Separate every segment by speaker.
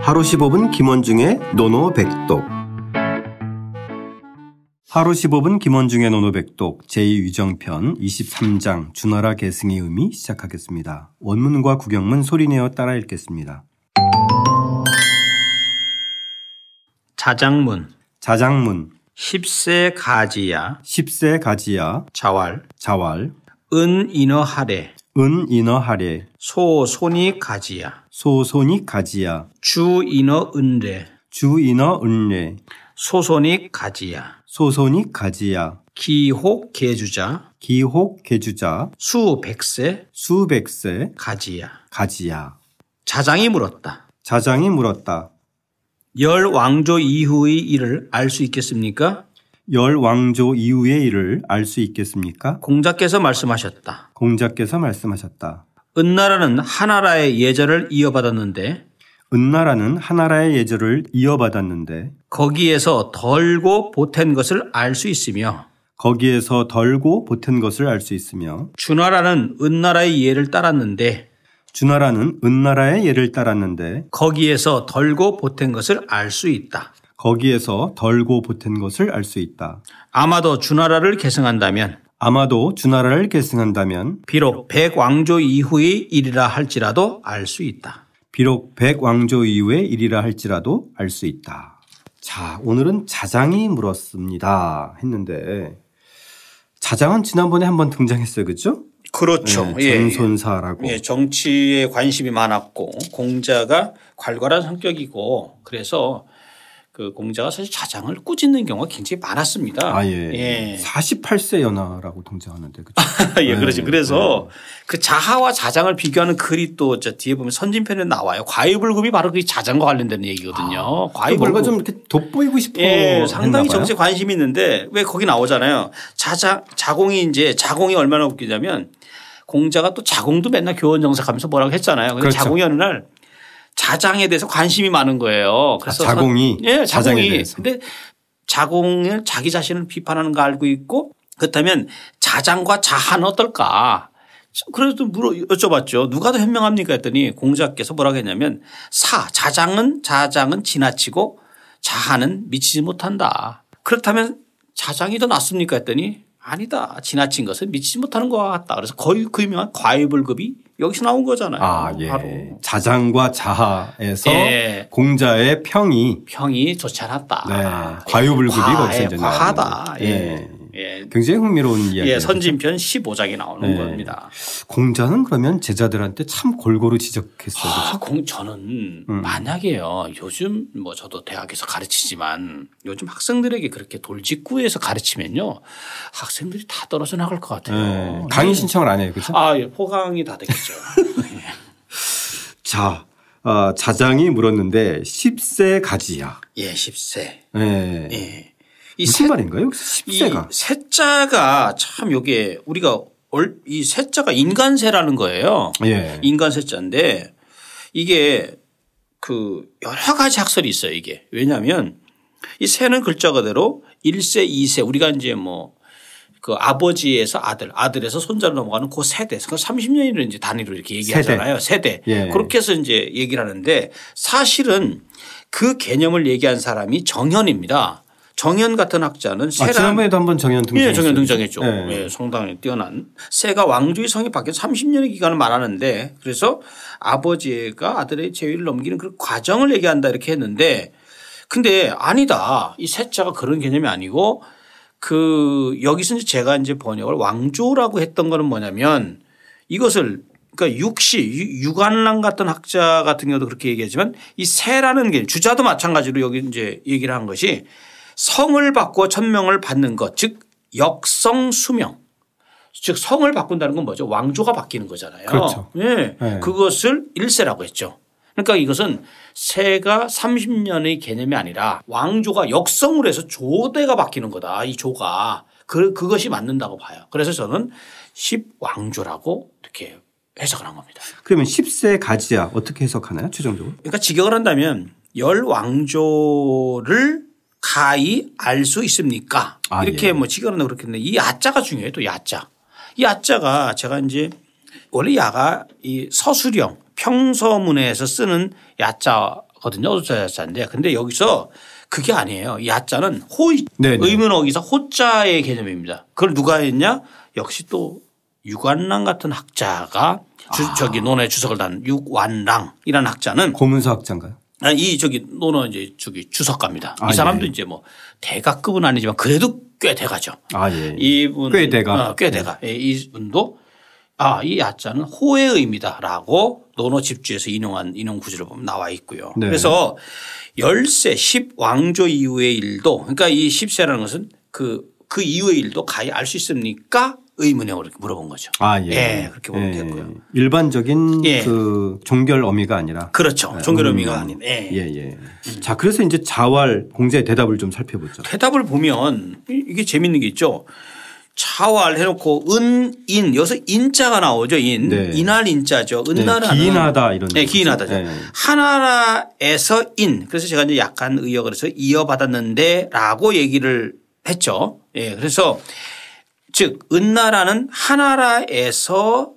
Speaker 1: 하루 15분 김원중의 노노백독 하루 15분 김원중의 노노백독 제2위정편 23장 주나라 계승의 의미 시작하겠습니다. 원문과 구경문 소리내어 따라 읽겠습니다.
Speaker 2: 자장문
Speaker 1: 자장문
Speaker 2: 10세 가지야
Speaker 1: 10세 가지야
Speaker 2: 자왈
Speaker 1: 자왈
Speaker 2: 은 인어하래
Speaker 1: 은 인어 하래
Speaker 2: 소 손이 가지야
Speaker 1: 소손이 가지야
Speaker 2: 주 인어 은래
Speaker 1: 주 인어 은례
Speaker 2: 소손이 가지야
Speaker 1: 소손이 가지야
Speaker 2: 기혹 계주자
Speaker 1: 기혹 계주자
Speaker 2: 수 백세
Speaker 1: 수백세
Speaker 2: 가지야
Speaker 1: 가지야
Speaker 2: 자장이 물었다
Speaker 1: 자장이 물었다.
Speaker 2: 열 왕조 이후의 일을 알 수 있겠습니까?
Speaker 1: 열 왕조 이후의 일을 알 수 있겠습니까?
Speaker 2: 공자께서 말씀하셨다
Speaker 1: 공자께서 말씀하셨다.
Speaker 2: 은나라는 하나라의 예절을 이어받았는데
Speaker 1: 은나라는 하나라의 예절을 이어받았는데
Speaker 2: 거기에서 덜고 보탠 것을 알 수 있으며
Speaker 1: 거기에서 덜고 보탠 것을 알 수 있으며
Speaker 2: 주나라는 은나라의 예를 따랐는데
Speaker 1: 주나라는 은나라의 예를 따랐는데
Speaker 2: 거기에서 덜고 보탠 것을 알 수 있다.
Speaker 1: 거기에서 덜고 보탠 것을 알 수 있다.
Speaker 2: 아마도 주나라를 계승한다면
Speaker 1: 아마도 주나라를 계승한다면
Speaker 2: 비록 백왕조 이후의 일이라 할지라도 알 수 있다.
Speaker 1: 비록 백왕조 이후의 일이라 할지라도 알 수 있다. 자, 오늘은 자장이 물었습니다. 했는데 자장은 지난번에 한번 등장했어요. 그죠?
Speaker 2: 그렇죠.
Speaker 1: 네, 전손사라고.
Speaker 2: 예, 정치에 관심이 많았고 공자가 괄괄한 성격이고 그래서 그 공자가 사실 자장을 꾸짖는 경우가 굉장히 많았습니다.
Speaker 1: 아, 예. 48세 연하라고 등장하는데, 그죠?
Speaker 2: 예,
Speaker 1: 네,
Speaker 2: 그렇죠. 그래서 그 자하와 자장을 비교하는 글이 또 저 뒤에 보면 선진편에 나와요. 과유불급이 바로 그 자장과 관련된 얘기거든요.
Speaker 1: 그 뭔가
Speaker 2: 과유불급.
Speaker 1: 좀 이렇게 돋보이고 싶어.
Speaker 2: 예, 상당히
Speaker 1: 했나 봐요.
Speaker 2: 정치에 관심이 있는데 왜 거기 나오잖아요. 자장, 자공이 이제 자공이 얼마나 웃기냐면 공자가 또 자공도 맨날 교원정색하면서 뭐라고 했잖아요. 근데
Speaker 1: 그렇죠.
Speaker 2: 자공이 어느 날 자장에 대해서 관심이 많은 거예요. 그래서
Speaker 1: 아, 자공이?
Speaker 2: 선- 예,
Speaker 1: 자장에
Speaker 2: 자공이.
Speaker 1: 대해서.
Speaker 2: 근데 자공을 자기 자신을 비판하는 거 알고 있고 그렇다면 자장과 자한 어떨까? 그래도 물어 여쭤봤죠. 누가 더 현명합니까 했더니 공자께서 뭐라고 했냐면 사 자장은 자장은 지나치고 자한은 미치지 못한다. 그렇다면 자장이 더 낫습니까 했더니 아니다. 지나친 것은 미치지 못하는 것 같다. 그래서 거의 그 유명한 과유불급이 여기서 나온 거잖아요.
Speaker 1: 아, 예.
Speaker 2: 바로
Speaker 1: 자장과 자하에서
Speaker 2: 예.
Speaker 1: 공자의 평이
Speaker 2: 평이 좋지 않았다.
Speaker 1: 네, 과유불급이
Speaker 2: 과-
Speaker 1: 거기서
Speaker 2: 예,
Speaker 1: 이제 나오는
Speaker 2: 과하다.
Speaker 1: 거죠.
Speaker 2: 예. 예.
Speaker 1: 굉장히 흥미로운 이야기.
Speaker 2: 예,
Speaker 1: 예,
Speaker 2: 선진편 15장이 나오는
Speaker 1: 네.
Speaker 2: 겁니다.
Speaker 1: 공자는 그러면 제자들한테 참 골고루 지적했어요.
Speaker 2: 아, 공 저는
Speaker 1: 음.
Speaker 2: 만약에요. 요즘 뭐 저도 대학에서 가르치지만 요즘 학생들에게 그렇게 돌직구에서 가르치면요. 학생들이 다 떨어져 나갈 것 같아요. 네.
Speaker 1: 예. 강의 신청을 안 해요. 그죠?
Speaker 2: 아, 예, 포강이 다 됐겠죠.
Speaker 1: 자, 아, 자장이 물었는데 10세 가지야.
Speaker 2: 예, 10세.
Speaker 1: 예.
Speaker 2: 예. 이
Speaker 1: 무슨
Speaker 2: 세,
Speaker 1: 말인가요?
Speaker 2: 이
Speaker 1: 10세가.
Speaker 2: 세자가 참 요게 우리가 얼- 이 세자가 인간세라는 거예요.
Speaker 1: 예.
Speaker 2: 네. 인간 세자인데 이게 그 여러 가지 학설이 있어요 이게 왜냐하면 이 세는 글자 그대로 1세, 2세 우리가 이제 뭐 그 아버지에서 아들, 아들에서 손자로 넘어가는 그 세대, 그 30년이라는 이제 단위로 이렇게 얘기하잖아요. 세대.
Speaker 1: 예.
Speaker 2: 그렇게 해서 이제 얘기를 하는데 사실은 그 개념을 얘기한 사람이 정현입니다. 정현 같은 학자는
Speaker 1: 아,
Speaker 2: 세라는
Speaker 1: 지난번에도 한번 정연 등장.
Speaker 2: 예, 정현 등장했죠.
Speaker 1: 예.
Speaker 2: 예, 상당히 뛰어난. 새가 왕조의 성에 박힌 30년의 기간을 말하는데 그래서 아버지가 아들의 제위를 넘기는 그 과정을 얘기한다 이렇게 했는데 근데 아니다. 이 셋자가 그런 개념이 아니고 그 여기서 이제 제가 이제 번역을 왕조라고 했던 거는 뭐냐면 이것을 그러니까 육시 유- 유관랑 같은 학자 같은 경우도 그렇게 얘기하지만 이 세라는 게 주자도 마찬가지로 여기 이제 얘기를 한 것이 성을 바꿔 천명을 받는 것 즉 역성 수명 즉 성을 바꾼다는 건 뭐죠 왕조가 바뀌는 거잖아요.
Speaker 1: 그렇죠.
Speaker 2: 예.
Speaker 1: 네.
Speaker 2: 그것을 일세라고 했죠. 그러니까 이것은 세가 30년의 개념이 아니라 왕조가 역성으로 해서 조대가 바뀌는 거다. 이 조가. 그, 그것이 맞는다고 봐요. 그래서 저는 10왕조라고 이렇게 해석을 한 겁니다.
Speaker 1: 그러면 10세 가지야 어떻게 해석하나요? 최종적으로?
Speaker 2: 그러니까 직역을 한다면 열 왕조를 가히 알 수 있습니까?
Speaker 1: 아,
Speaker 2: 이렇게 뭐 직역을 한다 그렇겠는데 이 야자가 중요해요. 또 야자. 이 야자가 제가 이제 원래 야가 이 서술형 평서문에서 쓰는 야자가 거든요. 어조자야자인데 근데 여기서 그게 아니에요. 야자는 호의
Speaker 1: 네, 네.
Speaker 2: 의문 어기사 호자의 개념입니다. 그걸 누가 했냐? 역시 또 유관랑 같은 학자가 주-
Speaker 1: 아.
Speaker 2: 저기 논의 주석을 단 유관랑이라는 학자는
Speaker 1: 고문서 학자인가요?
Speaker 2: 아니, 이 저기 논어 이제 저기 주석가입니다.
Speaker 1: 아,
Speaker 2: 이 사람도
Speaker 1: 예.
Speaker 2: 이제 뭐 대가급은 아니지만 그래도 꽤 대가죠.
Speaker 1: 아 예.
Speaker 2: 이분
Speaker 1: 꽤 대가.
Speaker 2: 어, 꽤 대가. 예, 이분도 아, 이 야자는 호의 의미다라고 논어 집주에서 인용한 인용 구조를 보면 나와 있고요.
Speaker 1: 네.
Speaker 2: 그래서 열세 10 왕조 이후의 일도 그러니까 이 10세라는 것은 그 그 이후의 일도 가히 알 수 있습니까? 의문형으로 이렇게 물어본 거죠.
Speaker 1: 아 예.
Speaker 2: 예, 그렇게 보면 되고요.
Speaker 1: 일반적인
Speaker 2: 예.
Speaker 1: 그 종결 어미가 아니라.
Speaker 2: 그렇죠. 종결 의미가 아닌. 예.
Speaker 1: 예 예. 자 그래서 이제 자활 공자의 대답을 좀 살펴보죠.
Speaker 2: 대답을 보면 이- 이게 재밌는 게 있죠. 자활 해놓고 은, 인, 여기서 인자가 나오죠. 인.
Speaker 1: 네.
Speaker 2: 인할 인자죠.
Speaker 1: 네,
Speaker 2: 은나라는.
Speaker 1: 기인하다 이런.
Speaker 2: 네,
Speaker 1: 뜻이죠.
Speaker 2: 기인하다죠.
Speaker 1: 예.
Speaker 2: 하나라에서 인. 그래서 제가 이제 약간 의역을 해서 이어받았는데 라고 얘기를 했죠. 예. 그래서 즉, 은나라는 하나라에서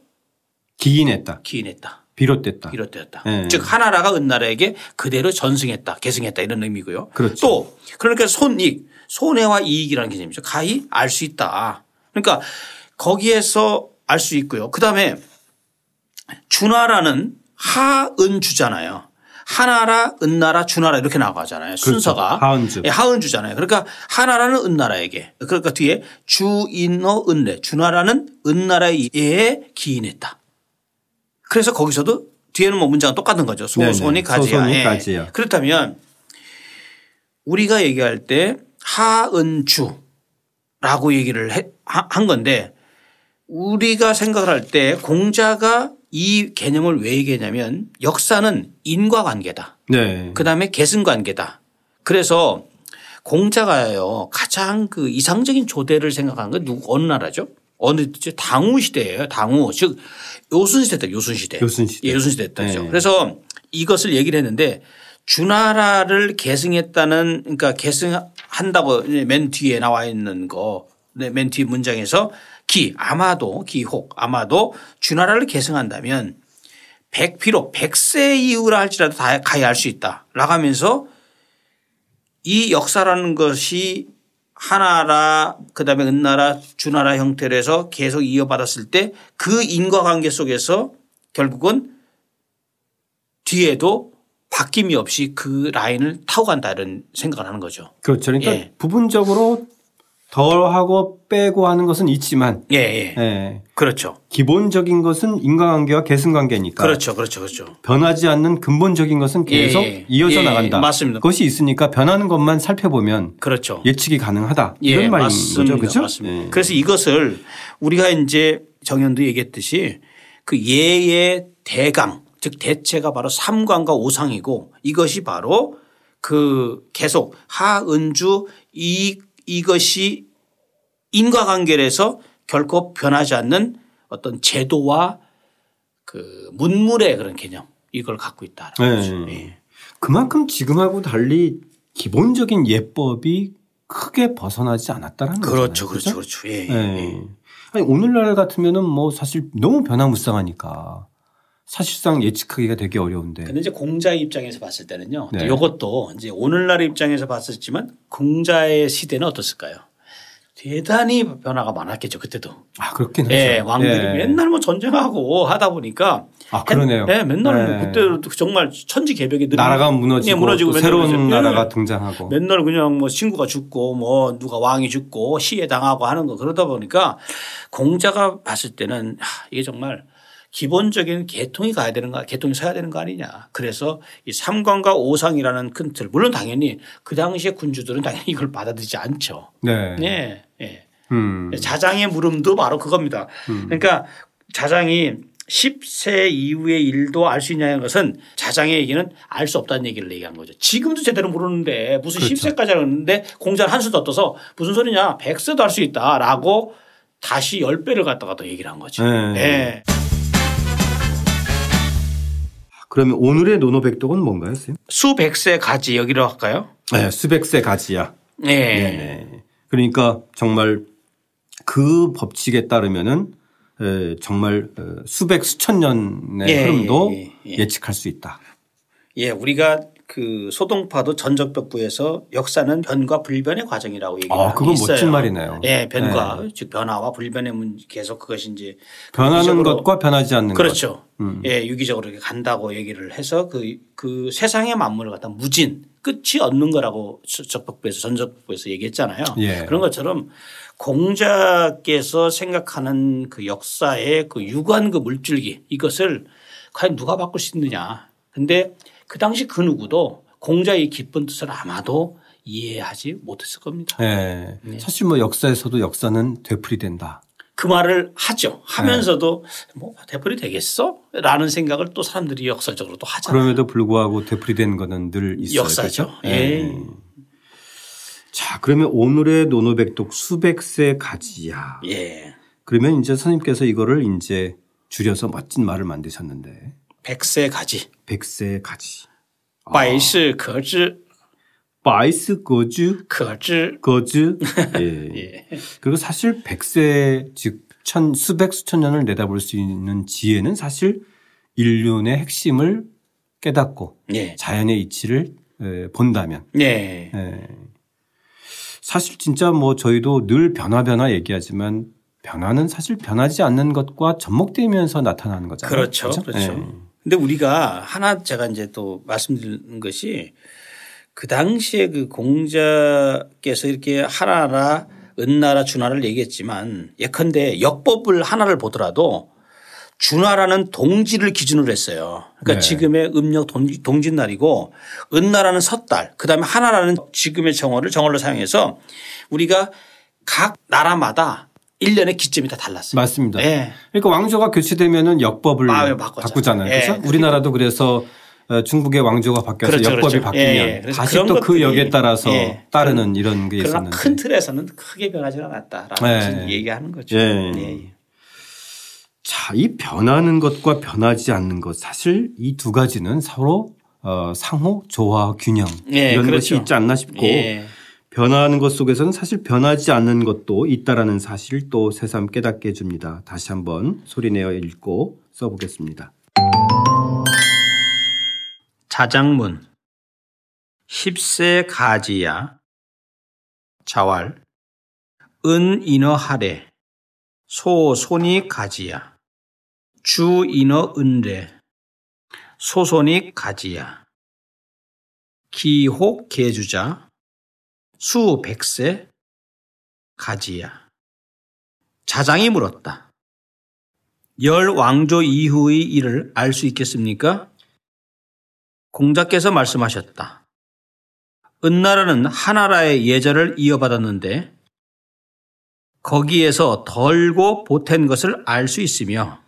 Speaker 1: 기인했다.
Speaker 2: 기인했다.
Speaker 1: 비롯됐다.
Speaker 2: 비롯되었다.
Speaker 1: 예.
Speaker 2: 즉 하나라가 은나라에게 그대로 전승했다, 계승했다 이런 의미고요.
Speaker 1: 그렇죠.
Speaker 2: 또 그러니까 손익, 손해와 이익이라는 개념이죠. 가히 알 수 있다. 그러니까 거기에서 알 수 있고요. 그다음에 주나라는 하은주잖아요. 하나라, 은나라, 주나라 이렇게 나가잖아요. 순서가
Speaker 1: 그렇죠. 하은주.
Speaker 2: 예, 하은주잖아요. 그러니까 하나라는 은나라에게 그러니까 뒤에 주인어 은례 주나라는 은나라에 기인했다. 그래서 거기서도 뒤에는 뭐 문장은 똑같은 거죠.
Speaker 1: 네네.
Speaker 2: 소손이 가지야.
Speaker 1: 소손이
Speaker 2: 예.
Speaker 1: 가지야.
Speaker 2: 그렇다면 우리가 얘기할 때 하은주라고 얘기를 해- 하- 한 건데 우리가 생각을 할 때 공자가 이 개념을 왜 얘기하냐면 역사는 인과관계다.
Speaker 1: 네.
Speaker 2: 그다음에 계승관계다. 그래서 공자가요 가장 그 이상적인 조대를 생각한 건 누구 어느 나라죠? 어느 때죠? 당우 시대예요. 당우 즉 요순 시대 때 요순 시대.
Speaker 1: 요순 시대.
Speaker 2: 예, 요순 시대 때죠.
Speaker 1: 네.
Speaker 2: 그래서 이것을 얘기를 했는데 주나라를 계승했다는 그러니까 계승한다고 맨 뒤에 나와 있는 거. 네, 맨 뒤 문장에서 기 아마도 기혹 아마도 주나라를 계승한다면 백 비록 백세 이후라 할지라도 다 가히 알 수 있다. 라가면서 이 역사라는 것이 하나라 그다음에 은나라 주나라 형태로 해서 계속 이어받았을 때 그 인과관계 속에서 결국은 뒤에도 바뀜이 없이 그 라인을 타고 간다 이런 생각을 하는 거죠.
Speaker 1: 그렇죠. 그러니까
Speaker 2: 예.
Speaker 1: 부분적으로 덜하고 빼고 하는 것은 있지만
Speaker 2: 예, 예.
Speaker 1: 예.
Speaker 2: 그렇죠.
Speaker 1: 기본적인 것은 인과관계와 계승관계니까
Speaker 2: 그렇죠. 그렇죠. 그렇죠.
Speaker 1: 변하지 않는 근본적인 것은 계속
Speaker 2: 예, 예.
Speaker 1: 이어져
Speaker 2: 예,
Speaker 1: 나간다.
Speaker 2: 맞습니다.
Speaker 1: 그것이 있으니까 변하는 것만 살펴보면
Speaker 2: 그렇죠.
Speaker 1: 예측이 가능하다.
Speaker 2: 예,
Speaker 1: 이런 말인
Speaker 2: 맞습니다.
Speaker 1: 거죠, 그렇죠?
Speaker 2: 맞습니다.
Speaker 1: 예.
Speaker 2: 그래서 이것을 우리가 이제 정현도 얘기했듯이 그 예의 대강 즉 대체가 바로 삼강과 오상이고 이것이 바로 그 계속 하은주 이 이것이 인과관계에서 결코 변하지 않는 어떤 제도와 그 문물의 그런 개념 이걸 갖고 있다.
Speaker 1: 예. 그만큼 지금하고 달리 기본적인 예법이 크게 벗어나지 않았다라는
Speaker 2: 그렇죠,
Speaker 1: 거잖아요.
Speaker 2: 그렇죠, 그렇죠. 예, 예.
Speaker 1: 예. 아니 오늘날 같으면은 뭐 사실 너무 변화무쌍하니까 사실상 예측하기가 되게 어려운데.
Speaker 2: 근데 이제 공자의 입장에서 봤을 때는요.
Speaker 1: 네.
Speaker 2: 이것도 이제 오늘날의 입장에서 봤었지만 공자의 시대는 어땠을까요? 대단히 변화가 많았겠죠 그때도.
Speaker 1: 아 그렇긴 하죠.
Speaker 2: 예, 왕들이
Speaker 1: 예.
Speaker 2: 맨날 뭐 전쟁하고 하다 보니까.
Speaker 1: 아 그러네요.
Speaker 2: 예, 맨날
Speaker 1: 예.
Speaker 2: 뭐 그때도 정말 천지개벽이 늘
Speaker 1: 나라가 무너지고,
Speaker 2: 예, 무너지고
Speaker 1: 또
Speaker 2: 맨날
Speaker 1: 새로운
Speaker 2: 그랬어요.
Speaker 1: 나라가
Speaker 2: 예.
Speaker 1: 등장하고.
Speaker 2: 맨날 그냥 뭐 친구가 죽고 뭐 누가 왕이 죽고 시해 당하고 하는 거 그러다 보니까 공자가 봤을 때는 하, 이게 정말 기본적인 개통이 가야 되는 거 개통이 서야 되는 거 아니냐. 그래서 이 삼관과 오상이라는 큰 틀 물론 당연히 그 당시의 군주들은 당연히 이걸 받아들이지 않죠.
Speaker 1: 네.
Speaker 2: 예. 예.
Speaker 1: 음.
Speaker 2: 자장의 물음도 바로 그겁니다. 그러니까 자장이 10세 이후의 일도 알 수 있냐는 것은 자장의 얘기는 알 수 없다는 얘기를 얘기한 거죠. 지금도 제대로 모르는데 무슨 10세까지 알았는데 공자는 한 수도 떠서 무슨 소리냐 100세도 알 수 있다라고 다시 10배를 갖다가 또 얘기를 한 거죠.
Speaker 1: 네.
Speaker 2: 네.
Speaker 1: 아, 그러면 오늘의 노노백독은 뭔가요, 선생님?
Speaker 2: 수백세 가지 여기로 할까요?
Speaker 1: 네, 수백세 가지야.
Speaker 2: 네.
Speaker 1: 네. 그러니까 정말 그 법칙에 따르면은 에, 정말 에, 수백 수천 년의
Speaker 2: 예,
Speaker 1: 흐름도
Speaker 2: 예, 예, 예.
Speaker 1: 예, 측할수 있다.
Speaker 2: 예, 우리가 그 소동파도 전적벽부에서 역사는 변과 불변의 과정이라고 얘기를
Speaker 1: 아, 그건
Speaker 2: 있어요.
Speaker 1: 멋진 말이네요.
Speaker 2: 예, 변과 즉 변화와 불변의 문제 계속 그것이 이제
Speaker 1: 변하는
Speaker 2: 유기적으로
Speaker 1: 것과 변하지 않는 것. 음.
Speaker 2: 그렇죠. 예, 유기적으로 이렇게 간다고 얘기를 해서 그, 그 세상의 만물을 갖다 무진 끝이 없는 거라고 적법부에서 전적부에서 얘기했잖아요.
Speaker 1: 예.
Speaker 2: 그런 것처럼 공자께서 생각하는 그 역사의 그 유관 그 물줄기 이것을 과연 누가 바꿀 수 있느냐. 근데 그 당시 그 누구도 공자의 깊은 뜻을 아마도 이해하지 못했을 겁니다.
Speaker 1: 예. 사실 뭐 역사에서도 역사는 되풀이된다.
Speaker 2: 그 말을 하죠. 하면서도
Speaker 1: 예.
Speaker 2: 뭐 대풀이 되겠어? 라는 생각을 또 사람들이 역설적으로 또 하잖아요.
Speaker 1: 그럼에도 불구하고 되풀이된 거는 늘 있어요.
Speaker 2: 역사죠.
Speaker 1: 그렇죠?
Speaker 2: 예.
Speaker 1: 자, 그러면 오늘의 노노백독 수백세 가지야.
Speaker 2: 예.
Speaker 1: 그러면 이제 선생님께서 이거를 이제 줄여서 멋진 말을 만드셨는데
Speaker 2: 백세 가지.
Speaker 1: 백세 가지. 아,
Speaker 2: 百世可知
Speaker 1: 바이스 거주
Speaker 2: 可知
Speaker 1: 거주. 예. 그리고 사실 백세 즉 천, 수백 수천 년을 내다볼 수 있는 지혜는 사실 인륜의 핵심을 깨닫고
Speaker 2: 예.
Speaker 1: 자연의 이치를 에, 본다면
Speaker 2: 예.
Speaker 1: 예. 사실 진짜 뭐 저희도 늘 변화 변화 얘기하지만 변화는 사실 변하지 않는 것과 접목되면서 나타나는 거잖아요.
Speaker 2: 그렇죠.
Speaker 1: 그죠?
Speaker 2: 그렇죠.
Speaker 1: 예.
Speaker 2: 근데 우리가 하나 제가 이제 또 말씀드리는 것이 그 당시에 그 공자께서 이렇게 하나라 은나라 주나라를 얘기했지만 예컨대 역법을 하나를 보더라도 주나라는 동지를 기준으로 했어요.
Speaker 1: 네.
Speaker 2: 그러니까 지금의 음력 동지- 동짓날이고 은나라는 섣달 그다음에 하나라는 지금의 정월을 정월로 사용해서 우리가 각 나라마다 일년의 기점이 다 달랐어요.
Speaker 1: 맞습니다.
Speaker 2: 예.
Speaker 1: 그러니까 왕조가 교체되면은 역법을
Speaker 2: 마음을 바꾸잖아요.
Speaker 1: 바꾸잖아요. 그래서
Speaker 2: 예.
Speaker 1: 우리나라도 그래서 어, 중국의 왕조가 바뀌어서
Speaker 2: 그렇죠,
Speaker 1: 역법이
Speaker 2: 그렇죠.
Speaker 1: 바뀌면
Speaker 2: 예, 예. 그래서
Speaker 1: 다시
Speaker 2: 그런
Speaker 1: 또 그
Speaker 2: 것들이-
Speaker 1: 역에 따라서
Speaker 2: 예.
Speaker 1: 따르는 이런 게
Speaker 2: 그러나
Speaker 1: 있었는데.
Speaker 2: 큰 틀에서는 크게 변하지는 않았다라는
Speaker 1: 예.
Speaker 2: 것을 얘기하는 거죠.
Speaker 1: 예. 자, 이 변하는 것과 변하지 않는 것 사실 이 두 가지는 서로 어, 상호 조화 균형
Speaker 2: 예,
Speaker 1: 이런
Speaker 2: 그렇죠.
Speaker 1: 것이 있지 않나 싶고
Speaker 2: 예.
Speaker 1: 변화하는 것 속에서는 사실 변하지 않는 것도 있다라는 사실을 또 새삼 깨닫게 해줍니다. 다시 한번 소리내어 읽고 써보겠습니다.
Speaker 2: 자장문 10세 가지야 자왈 은 인어 하래 소 손이 가지야 주 인어 은래 소손이 가지야 기혹 계주자 수 백세 가지야 자장이 물었다 열 왕조 이후의 일을 알 수 있겠습니까? 공자께서 말씀하셨다. 은나라는 하나라의 예절을 이어받았는데 거기에서 덜고 보탠 것을 알 수 있으며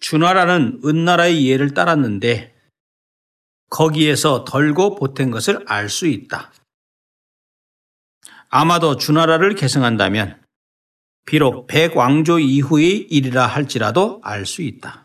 Speaker 2: 주나라는 은나라의 예를 따랐는데 거기에서 덜고 보탠 것을 알 수 있다. 아마도 주나라를 계승한다면 비록 백왕조 이후의 일이라 할지라도 알 수 있다.